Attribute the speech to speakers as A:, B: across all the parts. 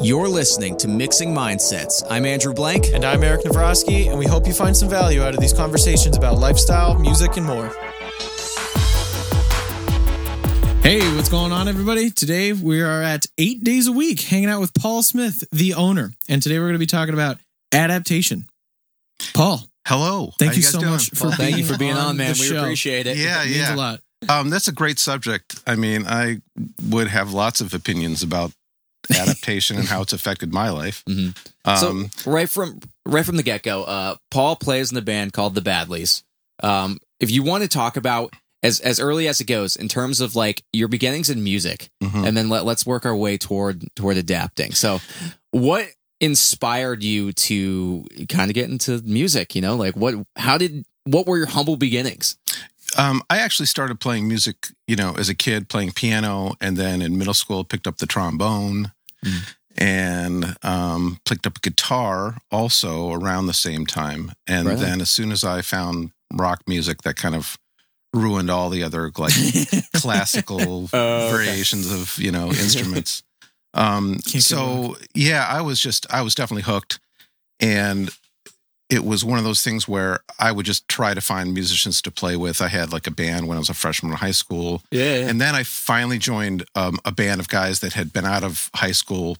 A: You're listening to Mixing Mindsets. I'm Andrew Blank.
B: And I'm Eric Navrosky, and we hope you find some value out of these conversations about lifestyle, music, and more. Hey, what's going on, everybody? Today we are at eight days a week hanging out with Paul Smith, the owner. And today we're going to be talking about adaptation. Paul,
C: Hello.
B: thank
C: How
B: you,
C: guys
B: so
C: doing?
B: much for
C: Well,
B: being
A: Thank you for being on, man.
B: the
A: We
B: show.
A: appreciate it.
C: Yeah,
B: It means a
C: yeah.
B: lot.
C: Um, that's a great subject. I mean, I would have lots of opinions about adaptation and how it's affected my life.
B: Mm-hmm.
A: Mhm.
C: Um,
A: so right from right from the get go, uh, Paul plays in the band called the Badleys. Um, if you want to talk about as as early as it goes in terms of like your beginnings in music,
C: mhm.
A: and then let, let's work our way toward toward adapting. So, what inspired you to kind of get into music? You know, like what? How did? What were your humble beginnings?
C: um, I actually started playing music, you know, as a kid, playing piano, and then in middle school, picked up the trombone
A: Mm.
C: and um, picked up guitar also around the same time. And
A: Right on.
C: then as soon as I found rock music, that kind of ruined all the other like classical
A: Oh, okay.
C: variations of you know instruments. Um,
B: Can't go
C: so yeah, I was just I was definitely hooked, and it was one of those things where I would just try to find musicians to play with. I had like a band when I was a freshman in high school,
A: yeah, yeah.
C: and then I finally joined um, a band of guys that had been out of high school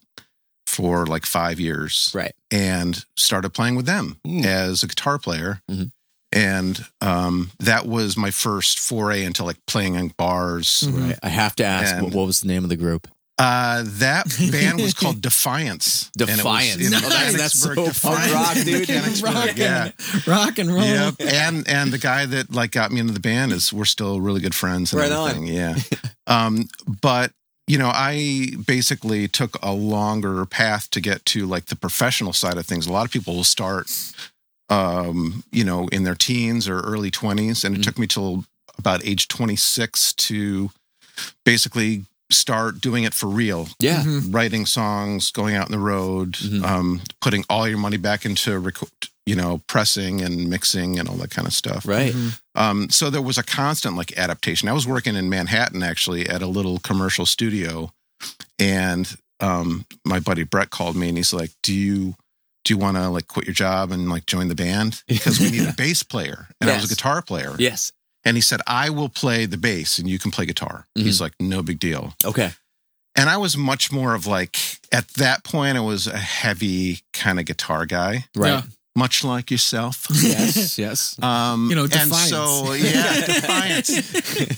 C: for like five years,
A: Right.
C: And started playing with them
A: Mm.
C: as a guitar player,
A: Mhm.
C: and um, that was my first foray into like playing in bars.
B: Mhm.
A: I have to ask,
C: Mm-hmm. And-
A: what, what was the name of the group?
C: Uh, that band was called Defiance. And it was
A: Defiance.
C: in
A: Nice. That's so
C: Mechanicsburg,
A: fun.
C: Defiance.
A: Rock, dude.
C: Mechanicsburg,
B: Rock and-
C: yeah.
B: Rock and roll.
C: Yep. And and the guy that like got me into the band is we're still really good friends and
A: Right on.
C: everything. Yeah. Um, but you know, I basically took a longer path to get to like the professional side of things. A lot of people will start um, you know, in their teens or early twenties. And it
A: Mhm.
C: took me till about age twenty six to basically start doing it for real
A: Yeah,
B: Mhm.
C: writing songs, going out on the road,
A: Mhm.
C: um, putting all your money back into record, you know, pressing and mixing and all that kind of stuff.
A: right.
B: Mhm.
C: Um, so there was a constant like adaptation. I was working in Manhattan actually at a little commercial studio, and um, my buddy Brett called me and he's like, "Do you?" Do you want to like quit your job and like join the band? Because we need a bass player. And I was
A: Yes.
C: a guitar player.
A: Yes.
C: And he said, I will play the bass and you can play guitar.
A: Mm-hmm.
C: He's like, no big deal.
A: Okay.
C: And I was much more of like, at that point, I was a heavy kind of guitar guy,
A: Right.
C: much like yourself.
A: Yes. Yes.
C: Um,
B: You know,
C: and
B: defiance.
C: so, yeah, defiance.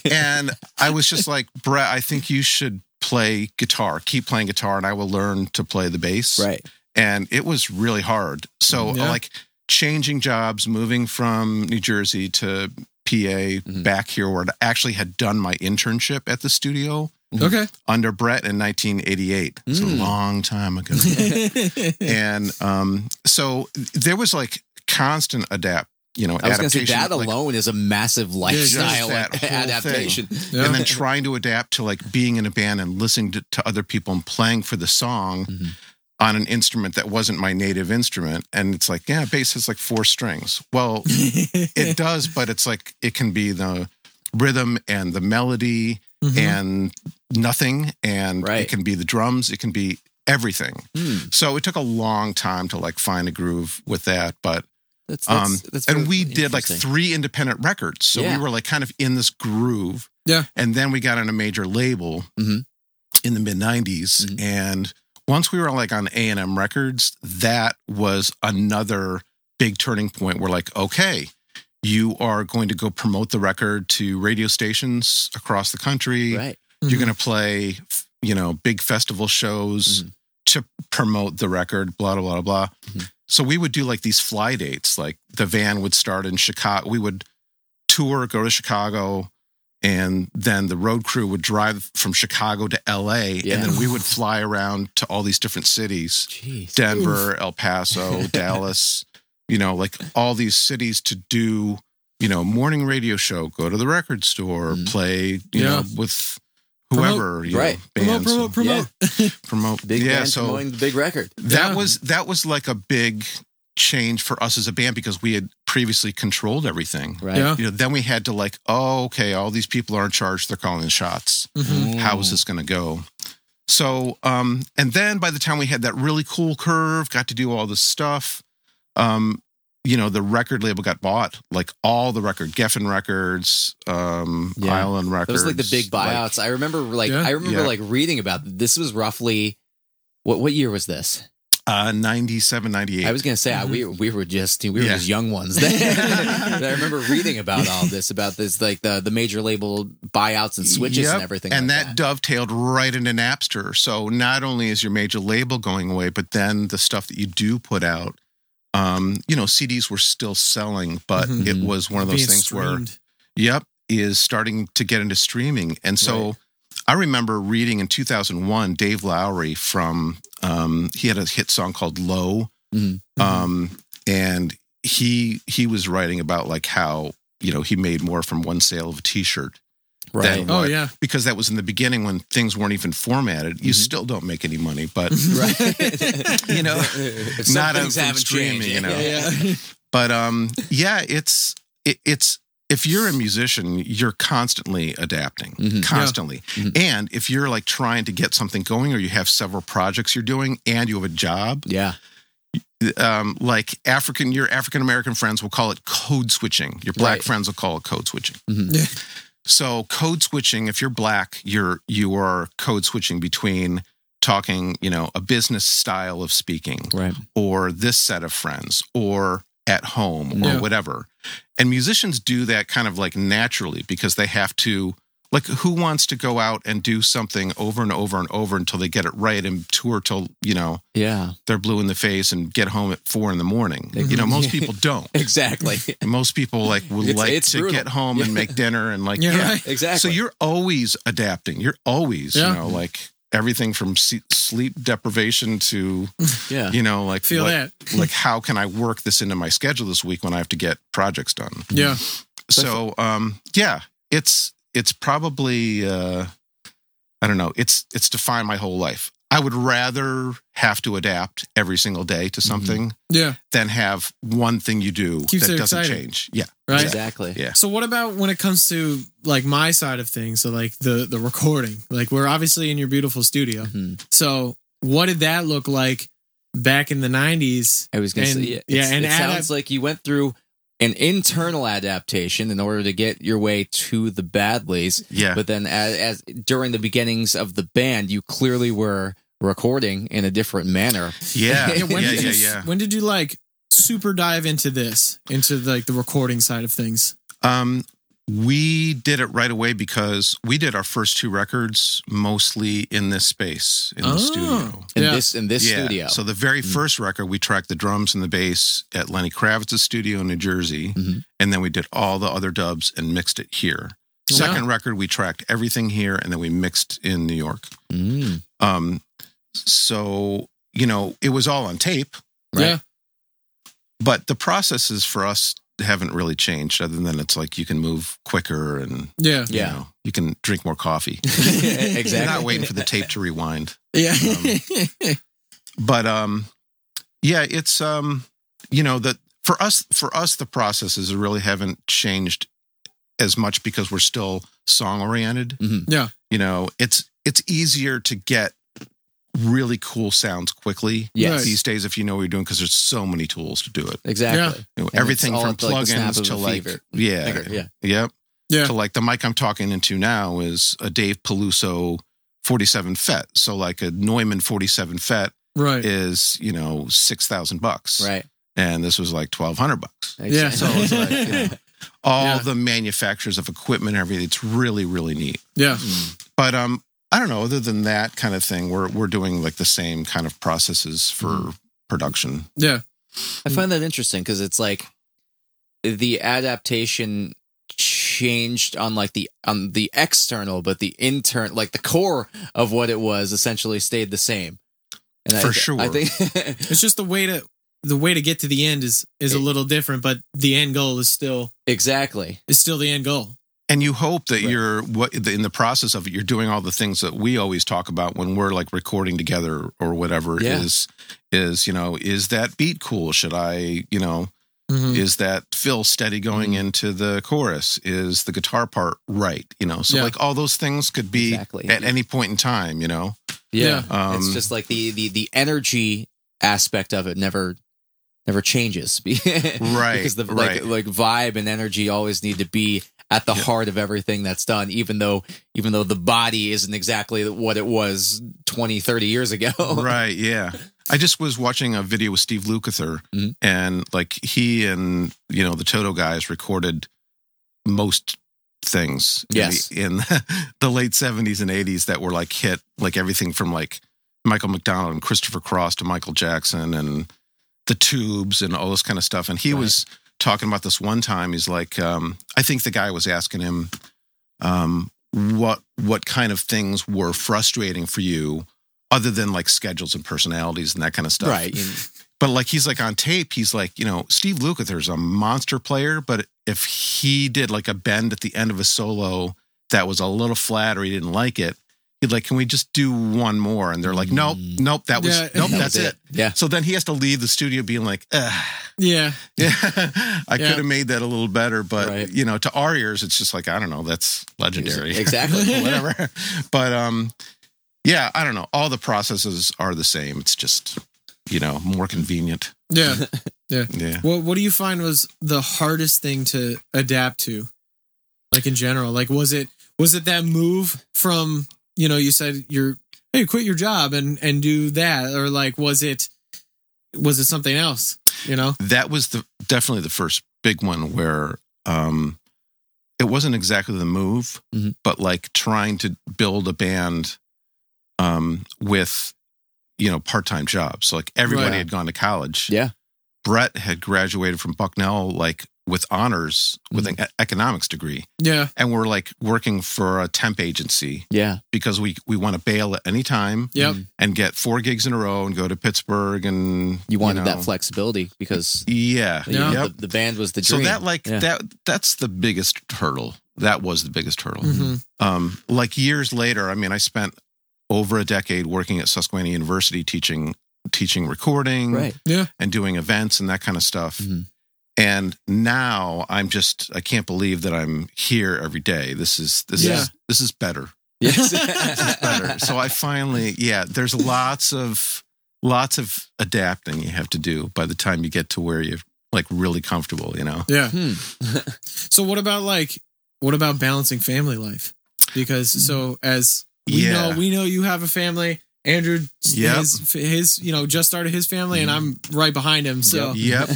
C: And I was just like, Brett, I think you should play guitar, keep playing guitar, and I will learn to play the bass.
A: Right.
C: And it was really hard. So,
B: Mm-hmm. Yeah.
C: like, changing jobs, moving from New Jersey to PA
B: Mm-hmm.
A: Mhm.
C: back here, where I actually had done my internship at the studio
B: Okay.
C: under Brett in 1988. It's a
A: Mm.
C: long time ago. and um, so there was like constant adapt, you know,
A: I was going to say
C: adaptation.
A: that
C: like,
A: alone is a massive lifestyle
C: that whole thing.
A: adaptation.
B: Yeah.
C: And then trying to adapt to like being in a band and listening to, to other people and playing for the song
A: Mhm.
C: on an instrument that wasn't my native instrument. And it's like, yeah, bass has like four strings. Well, it does, but it's like it can be the rhythm and the melody
B: Mhm.
C: and nothing. And
A: Mm-hmm. Right.
C: it can be the drums, it can be everything.
A: Hmm.
C: So it took a long time to like find a groove with that, but
A: That's,
C: um
A: that's, that's
C: and
A: really
C: we did like
A: interesting.
C: three independent records. So
A: Yeah.
C: we were like kind of in this groove.
B: Yeah.
C: And then we got on a major label
A: Mhm.
C: in the mid 90s
A: Mhm.
C: and once we were like on A&M Records, that was another big turning point. We're like, okay, you are going to go promote the record to radio stations across the country
A: right.
C: you're going to play f- you know big festival shows to promote the record blah blah blah blah
A: Mhm.
C: so we would do like these fly dates like the van would start in chicago we would tour go to chicago and then the road crew would drive from chicago to la
A: Yeah.
C: and then we would fly around to all these different cities
A: Jeez.
C: denver el paso dallas you know like all these cities to do you know morning radio show go to the record store
A: Mhm.
C: play you
B: Mm. Yeah.
C: know with whoever you know,
A: Right.
B: promote,
C: bands
B: promote, promote.
C: and promote.
A: Big
C: yeah
A: band
C: so
A: promoting the big record.
C: that
B: Yeah.
C: was that was like a big change for us as a band because we had previously controlled everything
A: Right.
B: Yeah.
C: you know then we had to
A: Mm.
C: like oh okay all these people are in charge they're calling the shots
B: Mhm.
C: how is this going to go So, um, and then by the time we had that really cool curve, got to do all this stuff, um, you know, the record label got bought, like all the record, Geffen Records, um,
A: Yeah.
C: Island
A: That
C: Records.
A: was like the big
C: like-
A: buyouts. I remember like
B: Yeah.
A: I remember
C: Yeah.
A: like reading about this was roughly what what year was this?
C: uh, 97, 98.
A: I was gonna say I, we we were just we were
C: Yeah.
A: just young ones. then. But I remember reading about all this about this like the the major label buyouts and switches
C: Yep.
A: and everything.
C: and
A: like
C: that,
A: that,
C: dovetailed right into Napster. So not only is your major label going away, but then the stuff that you do put out, um, you know, CDs were still selling, but
B: Mhm.
A: Mm-hmm.
C: it was one of those
B: Being
C: things where,
B: streamed.
C: yep, is starting to get into streaming. And so
A: Right.
C: I remember reading in 2001, Dave Lowry from, um, he had a hit song called Low um, and he he was writing about like how you know he made more from one sale of a T-shirt
A: right.
C: then-
B: Oh
C: what?
B: yeah,
C: because that was in the beginning when things weren't even formatted. You
A: Mhm.
C: still don't make any money, but
A: Right.
C: You know,
A: If some
C: not
A: things
C: on
A: haven't
C: streaming,
A: changed,
C: you know.
A: yeah, yeah.
C: but um, yeah, it's it, it's if you're a musician, you're constantly adapting,
A: Mhm.
C: constantly.
A: Mhm.
C: And if you're like trying to get something going, or you have several projects you're doing, and you have a job,
A: Yeah.
C: um, like African, your African American friends will call it code switching. Your black
A: Right.
C: friends will call it code switching.
A: Mhm.
B: Yeah.
C: So code switching, if you're black, you're you are code switching between talking, you know, a business style of speaking,
A: Right.
C: or this set of friends, or at home, or
B: Yeah.
C: whatever. And musicians do that kind of like naturally because they have to. Like, who wants to go out and do something over and over and over until they get it right and tour till, you know,
A: Yeah.
C: they're blue in the face and get home at four in the morning.
A: Mhm.
C: You know, most people don't.
A: Exactly.
C: Most people like would
A: It's-
C: like
A: it's
C: to
A: brutal.
C: get home
A: Yeah.
C: and make dinner and like
B: yeah,
C: yeah.
B: right.
A: Exactly.
C: So you're always adapting. You're always
B: Yeah.
C: you know like everything from se- sleep deprivation to
A: yeah.
C: you know like
B: Feel
C: what-
B: that?
C: like how can I work this into my schedule this week when I have to get projects done.
B: Yeah,
C: So um yeah, it's it's probably uh I don't know. It's it's defined my whole life. I would rather have to adapt every single day to something
B: yeah,
C: than have one thing you do
B: Mm-hmm. Keeps
C: that
B: it
C: doesn't
B: exciting.
C: change. Yeah.
B: right.
A: Exactly.
C: Yeah.
B: So what about when it comes to like my side of things? So like the the recording, like we're obviously in your beautiful studio.
A: Mhm.
B: So what did that look like back in the nineties?
A: I was going to say,
B: And-
A: yeah,
B: yeah,
A: it's-
B: and
A: it
B: adapt-
A: sounds like you went through an internal adaptation in order to get your way to the Badleys,
C: Yeah.
A: but then as, as during the beginnings of the band, you clearly were recording in a different manner.
C: yeah.
A: Yeah,
B: when
C: yeah,
B: did
C: yeah,
B: you,
C: yeah.
B: When did you like super dive into this, into like the recording side of things?
C: Um we did it right away because we did our first two records mostly in this space in
B: Oh.
C: the studio.
A: In
B: Yeah.
A: this in this
C: Yeah.
A: studio.
C: So the very
A: Mm.
C: first record, we tracked the drums and the bass at Lenny Kravitz's studio in New Jersey,
A: Mhm.
C: and then we did all the other dubs and mixed it here.
A: Oh,
B: Wow.
C: Second record, we tracked everything here, and then we mixed in New York.
A: Mm.
C: Um, so you know, it was all on tape,
A: Right.
B: Yeah,
C: but the processes for us haven't really changed, other than it's like you can move quicker and
B: yeah,
C: you
A: Yeah.
C: know, you can drink more coffee.
A: exactly.
C: You're not waiting for the tape to rewind.
B: yeah, um,
C: but um yeah it's um you know that for us for us the processes really haven't changed as much because we're still song oriented
A: Mhm.
B: Yeah.
C: you know it's it's easier to get really cool sounds quickly
A: Yes.
C: these days if you know what you're doing because there's so many tools to do it
A: Exactly.
C: You know,
A: it's
C: everything
A: all
C: from
A: at, like, the snap
C: plugins
A: of
C: to
A: a
C: like
A: fever-
C: yeah
A: Figure, yeah.
C: yep
B: Yeah.
C: to like the mic i'm talking into now is a dave peluso 47 fet so like a neumann 47 fet
B: right.
C: is you know six thousand bucks,
A: Right.
C: and this was like twelve hundred bucks.
B: Yeah.
A: Exactly.
C: So it's like you know, all
B: Yeah.
C: the manufacturers of equipment, and everything. It's really really neat.
B: Yeah,
A: Mm.
C: But um, I don't know. Other than that kind of thing, we're we're doing like the same kind of processes for
A: Mm-hmm.
C: production.
B: yeah,
A: I find that interesting because it's like the adaptation changed on like the on the external, but the intern like the core of what it was essentially stayed the same. And
C: For
A: I,
C: sure.
A: I think
B: it's just the way to the way to get to the end is is a little different, but the end goal is still
A: exactly.
B: is still the end goal.
C: And you hope that
A: Right.
C: you're what in the process of it, you're doing all the things that we always talk about when we're like recording together or whatever
A: Yeah.
C: is is you know is that beat cool? Should I you know
A: Mm.
B: Mhm.
C: is that fill steady going
A: Mm-hmm.
C: into the chorus is the guitar part right you know so
B: Yeah.
C: like all those things could be
A: Exactly.
C: at any point in time you know
A: Yeah.
C: Um,
A: it's just like the, the the energy aspect of it never never changes.
C: Right,
A: Because the
C: right.
A: like like vibe and energy always need to be at the
C: Yeah.
A: heart of everything that's done even though even though the body isn't exactly what it was 20 30 years ago.
C: right. Yeah. I just was watching a video with Steve Lukather,
A: Mhm.
C: and like he and you know the Toto guys recorded most things in
A: Yes.
C: the- in the, late 70s and 80s that were like hit like everything from like Michael McDonald and Christopher Cross to Michael Jackson and the tubes and all this kind of stuff and he
A: Right.
C: was talking about this one time he's like um I think the guy was asking him um what what kind of things were frustrating for you other than like schedules and personalities and that kind of stuff
A: Right. You-
C: but like he's like on tape, he's like, you know, Steve Lukather's a monster player, but if he did like a bend at the end of a solo that was a little flat or he didn't like it, he'd like, can we just do one more? And they're like, nope,
A: Mm.
C: nope, that was
B: Yeah,
A: that
C: nope,
A: was
C: that's it.
A: Yeah.
C: So then he has to leave the studio being like, Ugh,
B: Yeah.
C: yeah, I could have made that a little better, but
A: Right.
C: you know, to our ears, it's just like I don't know, that's legendary,
A: Exactly.
C: whatever. But um, yeah, I don't know. All the processes are the same. It's just you know more convenient.
B: Yeah.
C: Yeah.
B: What What do you find was the hardest thing to adapt to, like in general? Like, was it was it that move from you know you said you're hey quit your job and and do that or like was it was it something else? You know,
C: that was the definitely the first big one where um it wasn't exactly the move
A: Mhm.
C: but like trying to build a band um with you know part-time jobs so like everybody
A: Right.
C: had gone to college
A: Yeah.
C: brett had graduated from bucknell like with honors with
A: Mm-hmm.
C: an e- economics degree
B: yeah,
C: and we're like working for a temp agency
A: yeah.
C: because we we want to bail at any time
B: yep,
C: and get four gigs in a row and go to pittsburgh and
A: You wanted
C: know.
A: that flexibility because
C: yeah
A: you know,
B: Yeah.
A: the, the band was the
C: so
A: dream.
C: that like
A: Yeah.
C: that that's the biggest hurdle that was the biggest hurdle
B: hmm
C: um like years later i mean i spent over a decade working at susquehanna university teaching teaching recording
A: right.
C: and doing events and that kind of stuff
A: Mhm.
C: and now i'm just i can't believe that i'm here every day this is this
B: Yeah.
C: is this is better
A: Yes.
C: this is better so i finally yeah there's lots of lots of adapting you have to do by the time you get to where you're like really comfortable you know
B: yeah.
A: Hmm.
B: So what about like what about balancing family life? Because so as we
C: Mm. Yeah.
B: know, we know you have a family. Andrew,
C: Yep. Mm.
B: his, his, you know, just started his family, and I'm right behind him. So
C: Yep.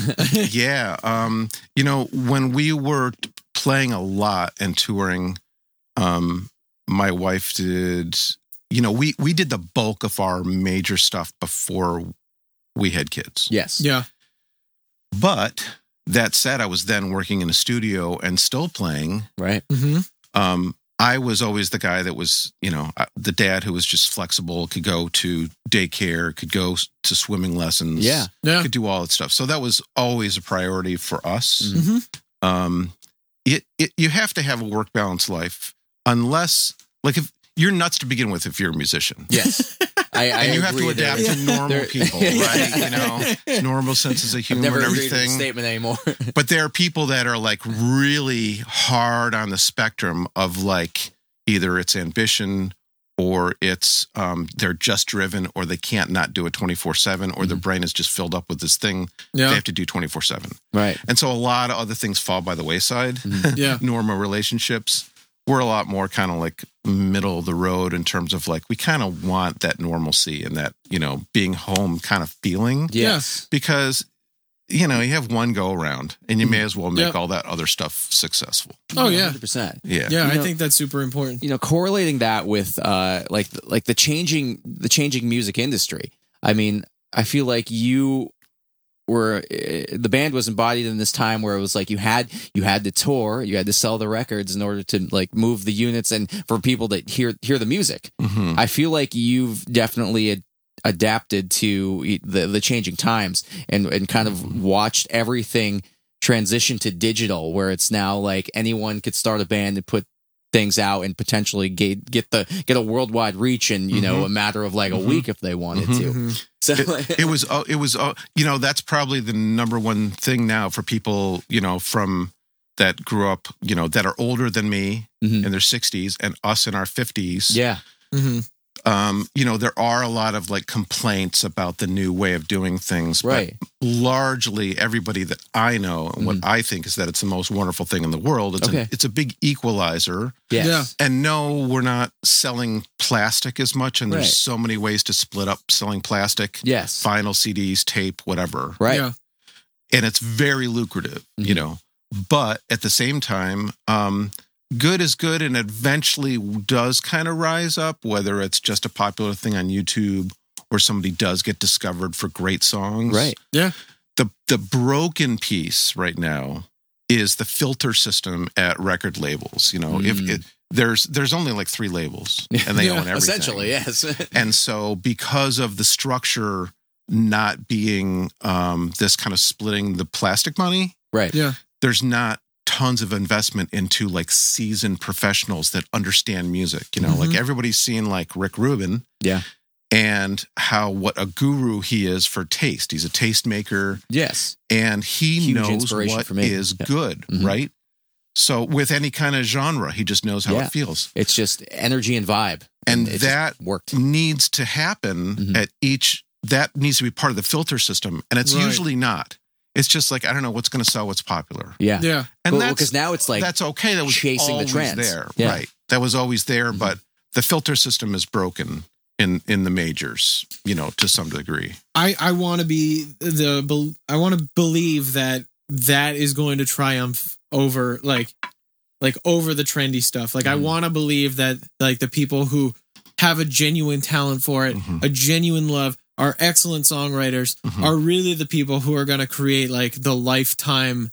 C: yeah. Um, you know, when we were t- playing a lot and touring, um, my wife did, you know, we, we did the bulk of our major stuff before we had kids.
A: Yes.
B: yeah,
C: But that said, I was then working in a studio and still playing.
A: Right.
B: hmm
C: Um, I was always the guy that was, you know, uh, the dad who was just flexible, could go to daycare, could go s- to swimming lessons.
A: Yeah.
B: yeah.
C: could do all that stuff. So that was always a priority for us.
B: Mhm.
C: Um, it, it you have to have a work balance life, unless like if you're nuts to begin with, if you're a musician,
A: Yes. I, I
C: and you have to
A: agree there.
C: adapt to normal
A: There-
C: people, right? You know, normal senses of
A: I've
C: humor
A: never
C: and
A: agreed with the
C: everything.
A: statement anymore.
C: But there are people that are like really hard on the spectrum of like either it's ambition or it's um, they're just driven or they can't not do it 24 7 or their
A: Mm-hmm.
C: brain is just filled up with this thing they
B: yeah,
C: have to do 24 7.
A: right.
C: And so a lot of other things fall by the wayside.
A: Mm-hmm.
B: yeah,
C: Normal relationships. We're a lot more kind of like middle of the road in terms of like we kind of want that normalcy and that, you know, being home kind of feeling
A: Yes.
C: because you know, you have one go around and you
B: Mm.
C: may as well make
B: Yep.
C: all that other stuff successful.
B: Oh, yeah.
A: 100%.
C: Yeah.
B: yeah.
A: You
B: I
A: know-
B: think that's super important.
A: you know correlating that with uh like like the changing the changing music industry i mean i feel like you were uh, the band was embodied in this time where it was like you had you had to tour you had to sell the records in order to like move the units and for people that hear hear the music
C: Mhm.
A: i feel like you've definitely ad- adapted to the the changing times and and kind
C: Mm-hmm.
A: of watched everything transition to digital where it's now like anyone could start a band and put things out and potentially get get the get a worldwide reach in you know a matter of like a
C: Mhm.
A: week if they wanted
C: Mm-hmm.
A: to
B: Mhm.
A: so
C: it was uh, it was uh, you know that's probably the number one thing now for people you know from that grew up you know that are older than me
A: Mhm.
C: in their 60s and us in our 50s
A: yeah
B: Mhm.
C: um, you know, there are a lot of like complaints about the new way of doing things, but
A: right.
C: largely everybody that I know and what I think is that it's the most wonderful thing in the world. It's,
A: Mm-hmm. Okay.
C: a, it's a big equalizer.
A: Yes.
C: And no, we're not selling plastic as much. And there's
A: Right.
C: so many ways to split up selling plastic,
A: Yes.
C: vinyl CDs, tape, whatever.
A: Right.
B: Yeah.
C: And it's very lucrative, you
A: Mhm.
C: know. But at the same time, um, good is good and eventually does kind of rise up, whether it's just a popular thing on YouTube or somebody does get discovered for great songs
A: Right.
C: the the broken piece right now is the filter system at record labels. You know, if
A: Mm.
C: it, there's there's only like three labels, and they
B: Yeah,
C: own everything.
A: Essentially, yes.
C: And so, because of the structure not being um, this kind of splitting the plastic money,
A: right.
B: Yeah.
C: there's not tons of investment into like seasoned professionals that understand music. You know, like
B: Mhm.
C: everybody's seen like Rick Rubin.
A: Mm-hmm. Yeah.
C: And how what a guru he is for taste. He's a taste maker
A: Yes.
C: and he
A: Huge
C: knows
A: inspiration
C: what
A: for me.
C: is
A: Yeah.
C: good,
A: Mhm.
C: right? So with any kind of genre, he just knows how
A: Yeah.
C: it feels.
A: It's just energy and vibe.
C: And
A: it just
C: that
A: worked.
C: needs to happen
A: Mhm.
C: at each that needs to be part of the filter system. And it's
B: Right.
C: usually not. It's just like I don't know what's gonna sell what's popular.
A: Yeah.
B: Yeah.
C: And
A: because
C: that's
A: now it's like
C: that's okay. That was
A: chasing the
C: always
A: trends.
C: there.
A: Yeah.
C: Right. That was always there,
A: Mhm.
C: but the filter system is broken in in the majors, you know, to some degree.
B: I I want to be the bel- I want to believe that that is going to triumph over like like over the trendy stuff. Like I
A: Mhm.
B: want to believe that like the people who have a genuine talent for it,
C: Mhm.
B: a genuine love, are excellent songwriters,
C: Mhm.
B: are really the people who are going to create like the lifetime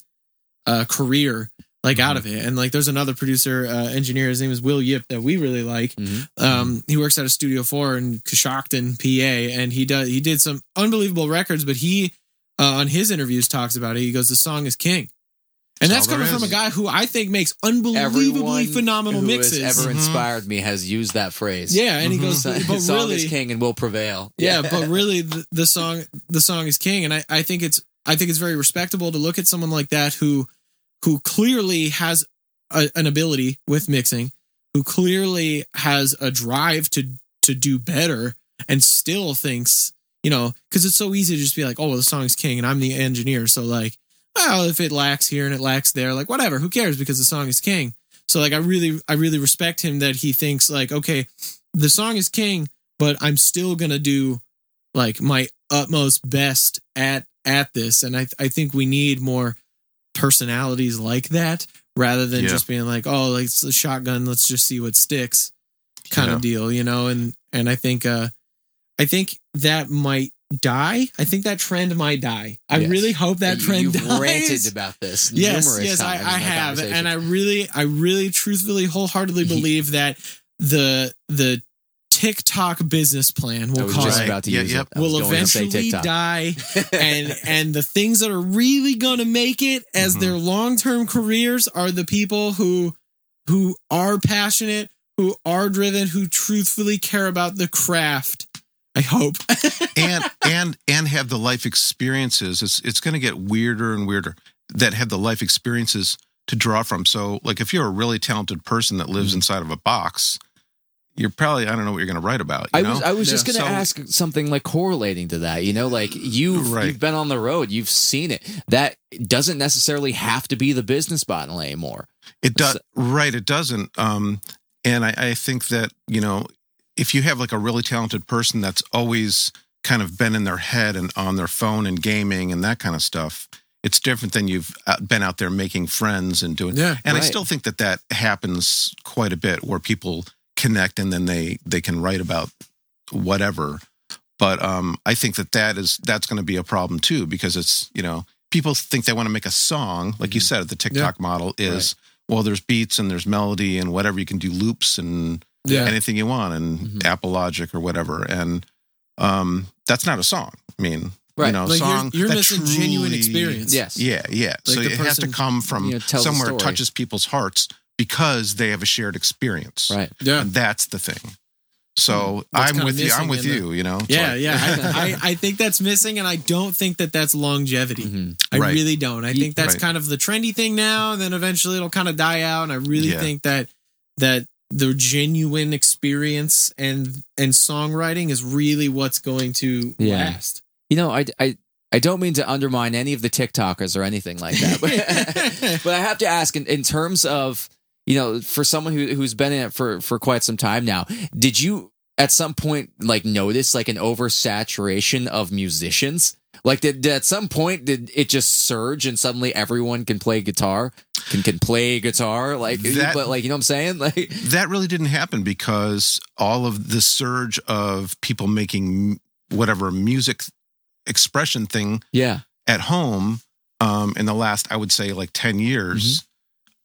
B: uh career like out of it. And like there's another producer uh engineer his name is Will Yip that we really like
A: Mhm.
B: um, he works at a Studio Four in Coshocton, PA, and he does he did some unbelievable records. But he, uh, on his interviews, talks about it. He goes, "The song is king," and that's
C: That's all
B: coming
C: there
B: from a
C: is.
B: guy who I think makes unbelievably
A: everyone
B: phenomenal
A: who
B: mixes. Mm-hmm.
A: has ever
C: Mhm.
A: inspired me has used that phrase.
B: yeah, and he
C: Mhm.
B: goes,
A: So-
B: "But
A: song is
B: really,
A: king and will prevail.
B: yeah, but really, the, the song the song is king." And I, I think it's I think it's very respectable to look at someone like that who who clearly has a, an ability with mixing, who clearly has a drive to to do better and still thinks, you know, because it's so easy to just be like, oh, well, the song's king and I'm the engineer. So, like, well, if it lacks here and it lacks there, like, whatever, who cares because the song is king. So, like, I really, I really respect him that he thinks, like, okay, the song is king, but I'm still going to do like my utmost best at, at this. And I, I think we need more personalities like that rather than
C: Yeah.
B: just being like, oh, like it's a shotgun. Let's just see what sticks kind
C: Yeah.
B: of deal, you know? And, and I think, uh, I think that might die. I think that trend might die. I
A: Yes.
B: really hope that
A: You-
B: trend
A: you've
B: dies.
A: ranted about this.
B: yes,
A: numerous
B: yes, I,
A: times in
B: I
A: our
B: have,
A: conversation.
B: and I really, I really, truthfully, wholeheartedly
A: Ye-
B: believe that the the TikTok business plan,
A: I
B: we'll
A: was
B: call
A: just
B: it,
C: Right.
A: about to
C: Yeah,
A: use
C: yep.
A: it. I was
B: will
A: going to say
B: eventually
A: TikTok.
B: die and and the things that are really gonna make it as
A: Mm-hmm.
C: Mhm.
B: their long term careers are the people who who are passionate, who are driven, who truthfully care about the craft. I hope.
C: and and and have the life experiences it's it's going to get weirder and weirder that have the life experiences to draw from so like if you're a really talented person that
A: Mm-hmm.
C: lives inside of a box you're probably i don't know what you're going to write about you
A: I
C: know
A: was I was just
C: Yeah.
A: going to
C: So-
A: ask something like correlating to that. You know, like you've
C: Right.
A: you've been on the road, you've seen it. That doesn't necessarily have to be the business model anymore.
C: it does right it doesn't um and i i think that you know if you have like a really talented person that's always kind of been in their head and on their phone and gaming and that kind of stuff it's different than you've uh, been out there making friends and doing
B: yeah.
C: and
A: Right.
C: I still think that that happens quite a bit, where people connect and then they they can write about whatever. But um, I think that that is that's going to be a problem too, because it's you know people think they want to make a song, like you
A: Mhm.
B: Mm-hmm.
C: said. The TikTok model is well, there's beats and there's melody and whatever you can do loops and
B: Yeah. Mm-hmm.
C: anything you want and
A: Mhm.
C: Apple Logic or whatever, and um, that's not a song. I mean,
A: Right.
C: you know,
B: Like, you're-
C: song
B: you're
C: that
B: missing genuine
C: truly-
B: experience.
A: Yes.
C: yeah, yeah.
B: Like
C: so
B: the
C: it has to
B: person,
C: come from
A: you know, tells the
C: somewhere
A: story.
C: touches people's hearts because they have a shared experience.
A: Right.
B: Yeah.
C: And that's the thing. So
B: That's
C: I'm
B: Hmm. kinda
C: with you. I'm
B: missing
C: with
B: in the-
C: you, you know? It's
B: Yeah,
C: like-
B: yeah. I, I, I think that's missing, and I don't think that that's longevity.
A: Mhm.
B: I
C: Right.
B: really don't. I
A: Ye-
B: think that's
C: Right.
B: kind of the trendy thing now. Then eventually it'll kind of die out, and I really
C: Yeah.
B: think that that the genuine experience and and songwriting is really what's going to
A: Yeah.
B: last.
A: You know, I, I, I don't mean to undermine any of the TikTokers or anything like that, but, but I have to ask in, in terms of, you know, for someone who, who's been in it for, for quite some time now, did you at some point like notice like an oversaturation of musicians? Like did, did at some point did it just surge and suddenly everyone can play guitar, can can play guitar like
C: That-
A: but like you know what I'm saying? Like
C: that really didn't happen because all of the surge of people making m- whatever music expression thing
A: yeah.
C: at home um, in the last, I would say, like ten years,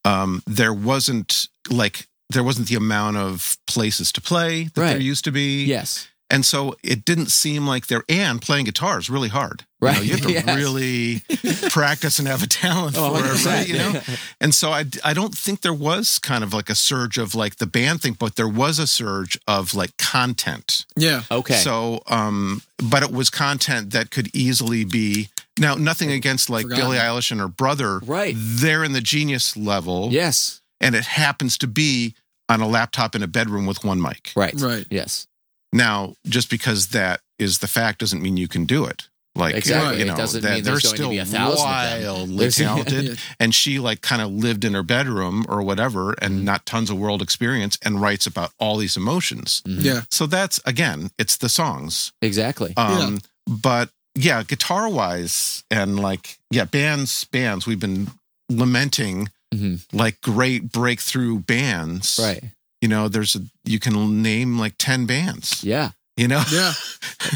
B: Mm-hmm.
C: um, there wasn't like there wasn't the amount of places to play that there
A: Right.
C: used to be.
A: Yes.
C: and so it didn't seem like there. And playing guitar is really hard. You know,
A: Right.
C: you, have to
A: Yes.
C: really practice and have a talent
A: Oh,
C: for it,
A: 100%.
C: right? You know. And so I, I don't think there was kind of like a surge of like the band thing, but there was a surge of like content.
B: Yeah.
A: Okay.
C: So, um, but it was content that could easily be now nothing against like
B: Forgotten.
C: Billie Eilish and her brother.
A: Right.
C: They're in the genius level.
A: yes.
C: And it happens to be on a laptop in a bedroom with one mic.
A: Right.
B: Right.
A: Yes.
C: Now, just because that is the fact doesn't mean you can do it. Like
A: Exactly.
C: you
A: It
C: know,
A: doesn't
C: that
A: mean
C: they're
A: there's going to
C: still
A: be a thousand of them.
C: wildly
A: There's-
C: talented,
B: Yeah.
C: and she like kind of lived in her bedroom or whatever, and
A: Mm-hmm.
C: not tons of world experience, and writes about all these emotions.
A: Mhm.
B: Yeah.
C: So that's again, it's the songs.
A: Exactly.
C: Um, But yeah, guitar wise, and like yeah, bands, bands. We've been lamenting
A: Mhm.
C: like great breakthrough bands.
A: Right.
C: You know, there's a, you can name like ten bands.
A: Yeah.
C: You know.
B: Yeah.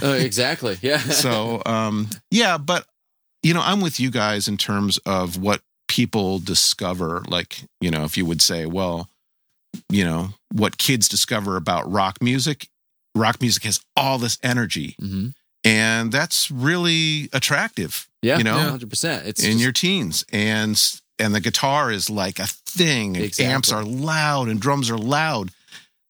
A: Uh, exactly. Yeah.
C: so um yeah but you know i'm with you guys in terms of what people discover like you know if you would say well you know what kids discover about rock music rock music has all this energy
A: Mhm.
C: and that's really attractive
A: Yeah.
C: You know?
A: One hundred percent. It's
C: in
A: just-
C: your teens and and the guitar is like a thing and
A: Exactly.
C: amps are loud and drums are loud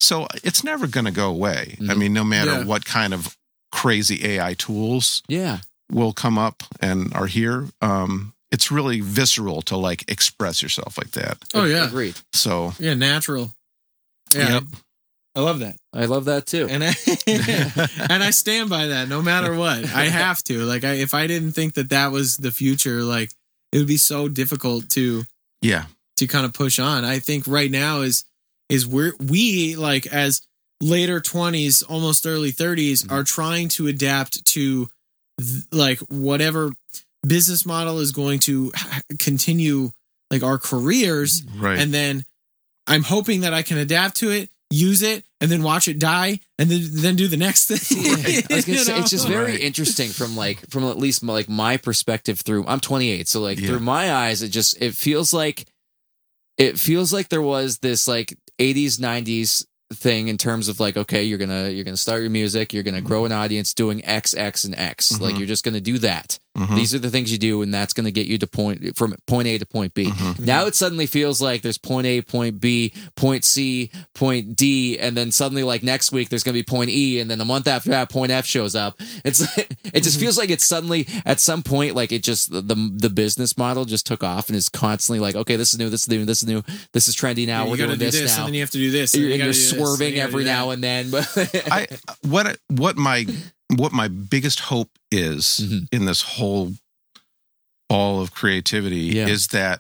C: so it's never going to go away i
A: Mhm.
C: mean no matter
B: Yeah.
C: what kind of crazy ai tools
A: yeah.
C: will come up and are here. Um, it's really visceral to like express yourself like that.
B: Oh
A: Ag-
B: yeah.
A: Agreed.
C: So
B: Yeah. Natural. Yeah.
C: Yep.
B: I love that.
A: I love that too.
B: And I and I stand by that no matter what. I have to. Like I if I didn't think that that was the future, like it would be so difficult to
C: yeah,
B: to kind of push on. I think right now is is we're we like as later twenties, almost early 30s
A: Mhm.
B: are trying to adapt to th- like whatever business model is going to h- continue like our careers,
C: right.
B: and then I'm hoping that I can adapt to it, use it, and then watch it die, and then then do the next thing.
A: I was gonna
B: You
A: say,
B: know?
A: it's just very
C: Right.
A: interesting from like from at least like my perspective through I'm 28 so like
C: Yeah.
A: through my eyes it just it feels like it feels like there was this like 80s 90s thing in terms of like okay you're gonna you're gonna start your music you're gonna grow an audience doing X X and X like
C: Mhm.
A: you're just gonna do that
C: Mhm.
A: these are the things you do and that's gonna get you to point from point A to point B
C: Mhm.
A: Now it suddenly feels like there's point A, point B, point C, point D, and then suddenly like next week there's gonna be point E, and then a month after that point F shows up. It's it
B: Mm-hmm.
A: just feels like it's suddenly at some point like it just the the business model just took off and is constantly like okay this is new, this is new, this is new, this is trendy now.
B: you
A: We're
B: gotta
A: doing
B: do
A: this, now.
B: and then you have to do this. and
A: you're,
B: you
A: and
B: gotta
A: you're
B: do this, and
A: swerving
B: you gotta
A: every
B: do that.
A: now and then, but
C: I what what my what my biggest hope is
B: Mm-hmm.
A: Mhm.
C: in this whole ball of creativity
A: Yeah.
C: is that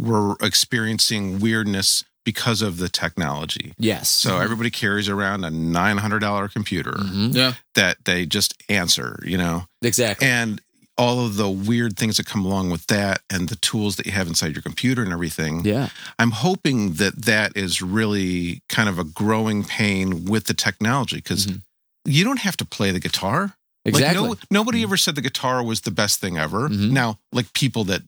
C: we're experiencing weirdness because of the technology.
A: yes.
C: So
B: Mm-hmm.
C: everybody carries around a nine hundred dollar computer
A: Mhm.
B: Yeah.
C: that they just answer, you know.
A: exactly.
C: and all of the weird things that come along with that and the tools that you have inside your computer and everything
A: yeah.
C: i'm hoping that that is really kind of a growing pain with the technology because
A: Mhm.
C: you don't have to play the guitar
A: Exactly.
C: like no, nobody
A: Mhm.
C: ever said the guitar was the best thing ever
A: Mhm.
C: now like people that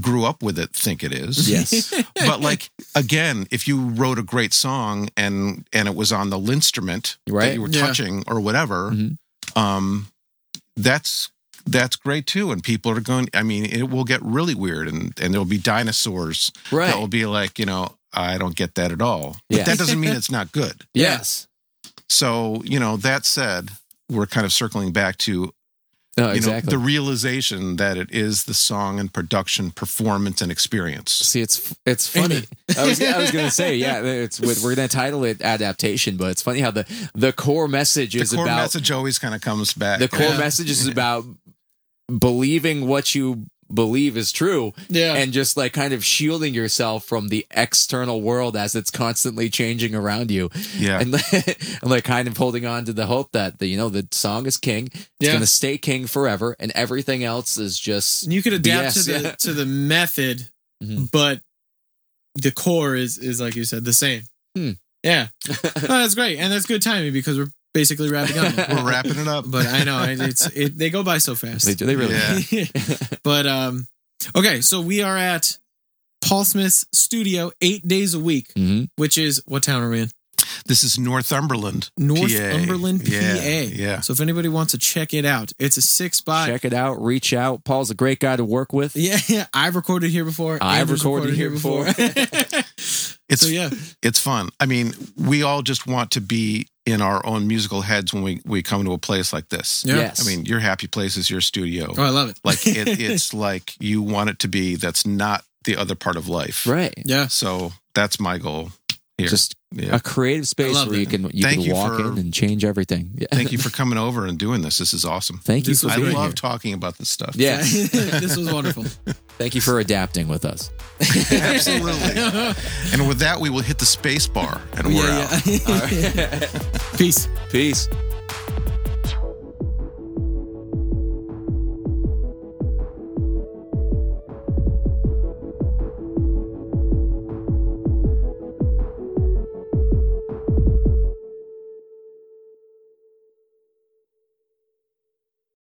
C: grew up with it think it is
A: yes.
C: but like again if you wrote a great song and and it was on the instrument
A: Right.
C: that you were
B: Yeah.
C: touching or whatever
A: Mhm.
C: um that's that's great too and people are going i mean it will get really weird and and there'll be dinosaurs that will
A: Right.
C: be like you know i don't get that at all
A: Yeah.
C: but that doesn't mean it's not good
A: Yes.
C: so you know that said we're kind of circling back to
A: No,
C: you
A: exactly.
C: know the realization that it is the song and production performance and experience
A: See, it's it's funny.
B: Amen.
A: I was I was gonna say, yeah, it's we're gonna title it adaptation, but it's funny how the the core message
C: the
A: is
C: core
A: about
C: message always kind of comes back
A: the core
B: Yeah.
A: message is about believing what you believe is true
B: Yeah.
A: and just like kind of shielding yourself from the external world as it's constantly changing around you
C: yeah
A: and, and like kind of holding on to the hope that the you know the song is king it's
B: Yeah.
A: going to stay king forever and everything else is just
B: And you could adapt
A: BS,
B: to the
A: yeah.
B: to the method,
A: Mhm.
B: but the core is is like you said the same.
A: Hmm.
B: Yeah, Oh, that's great, and that's good timing because we're basically wrapping up. now.
C: we're wrapping it up
B: but I know I- it's it, they go by so fast.
A: they, do- they really
C: Yeah.
B: but um, okay, so we are at Paul Smith's studio eight days a week,
A: Mhm.
B: which is what town are we in?
C: this is northumberland
B: Northumberland, PA.
C: yeah, yeah.
B: So if anybody wants to check it out, it's a six by.
A: check it out reach out paul's a great guy to work with
B: Yeah, yeah, I've recorded here before.
A: I've
B: Andrew's
A: recorded here
C: it's
B: so yeah,
C: it's fun i mean we all just want to be in our own musical heads when we we come to a place like this
B: Yeah.
A: yes
C: i mean your happy place is your studio
B: oh, I love it.
C: like it, it's like you want it to be that's not the other part of life
A: right
B: yeah.
C: so that's my goal here
A: just
C: yeah.
A: a creative space
B: love
A: where you
B: that.
A: can you
C: Thank
A: can
C: you
A: walk
C: for-
A: in and change everything yeah.
C: thank you for coming over and doing this this is awesome
A: thank you
B: This
A: for
B: was
C: i
A: being
C: love
A: here.
C: talking about this stuff
A: yeah
B: this was wonderful.
A: thank you for adapting with us
C: absolutely and with that we will hit the space bar and we're out
B: Yeah, yeah. Peace.
A: peace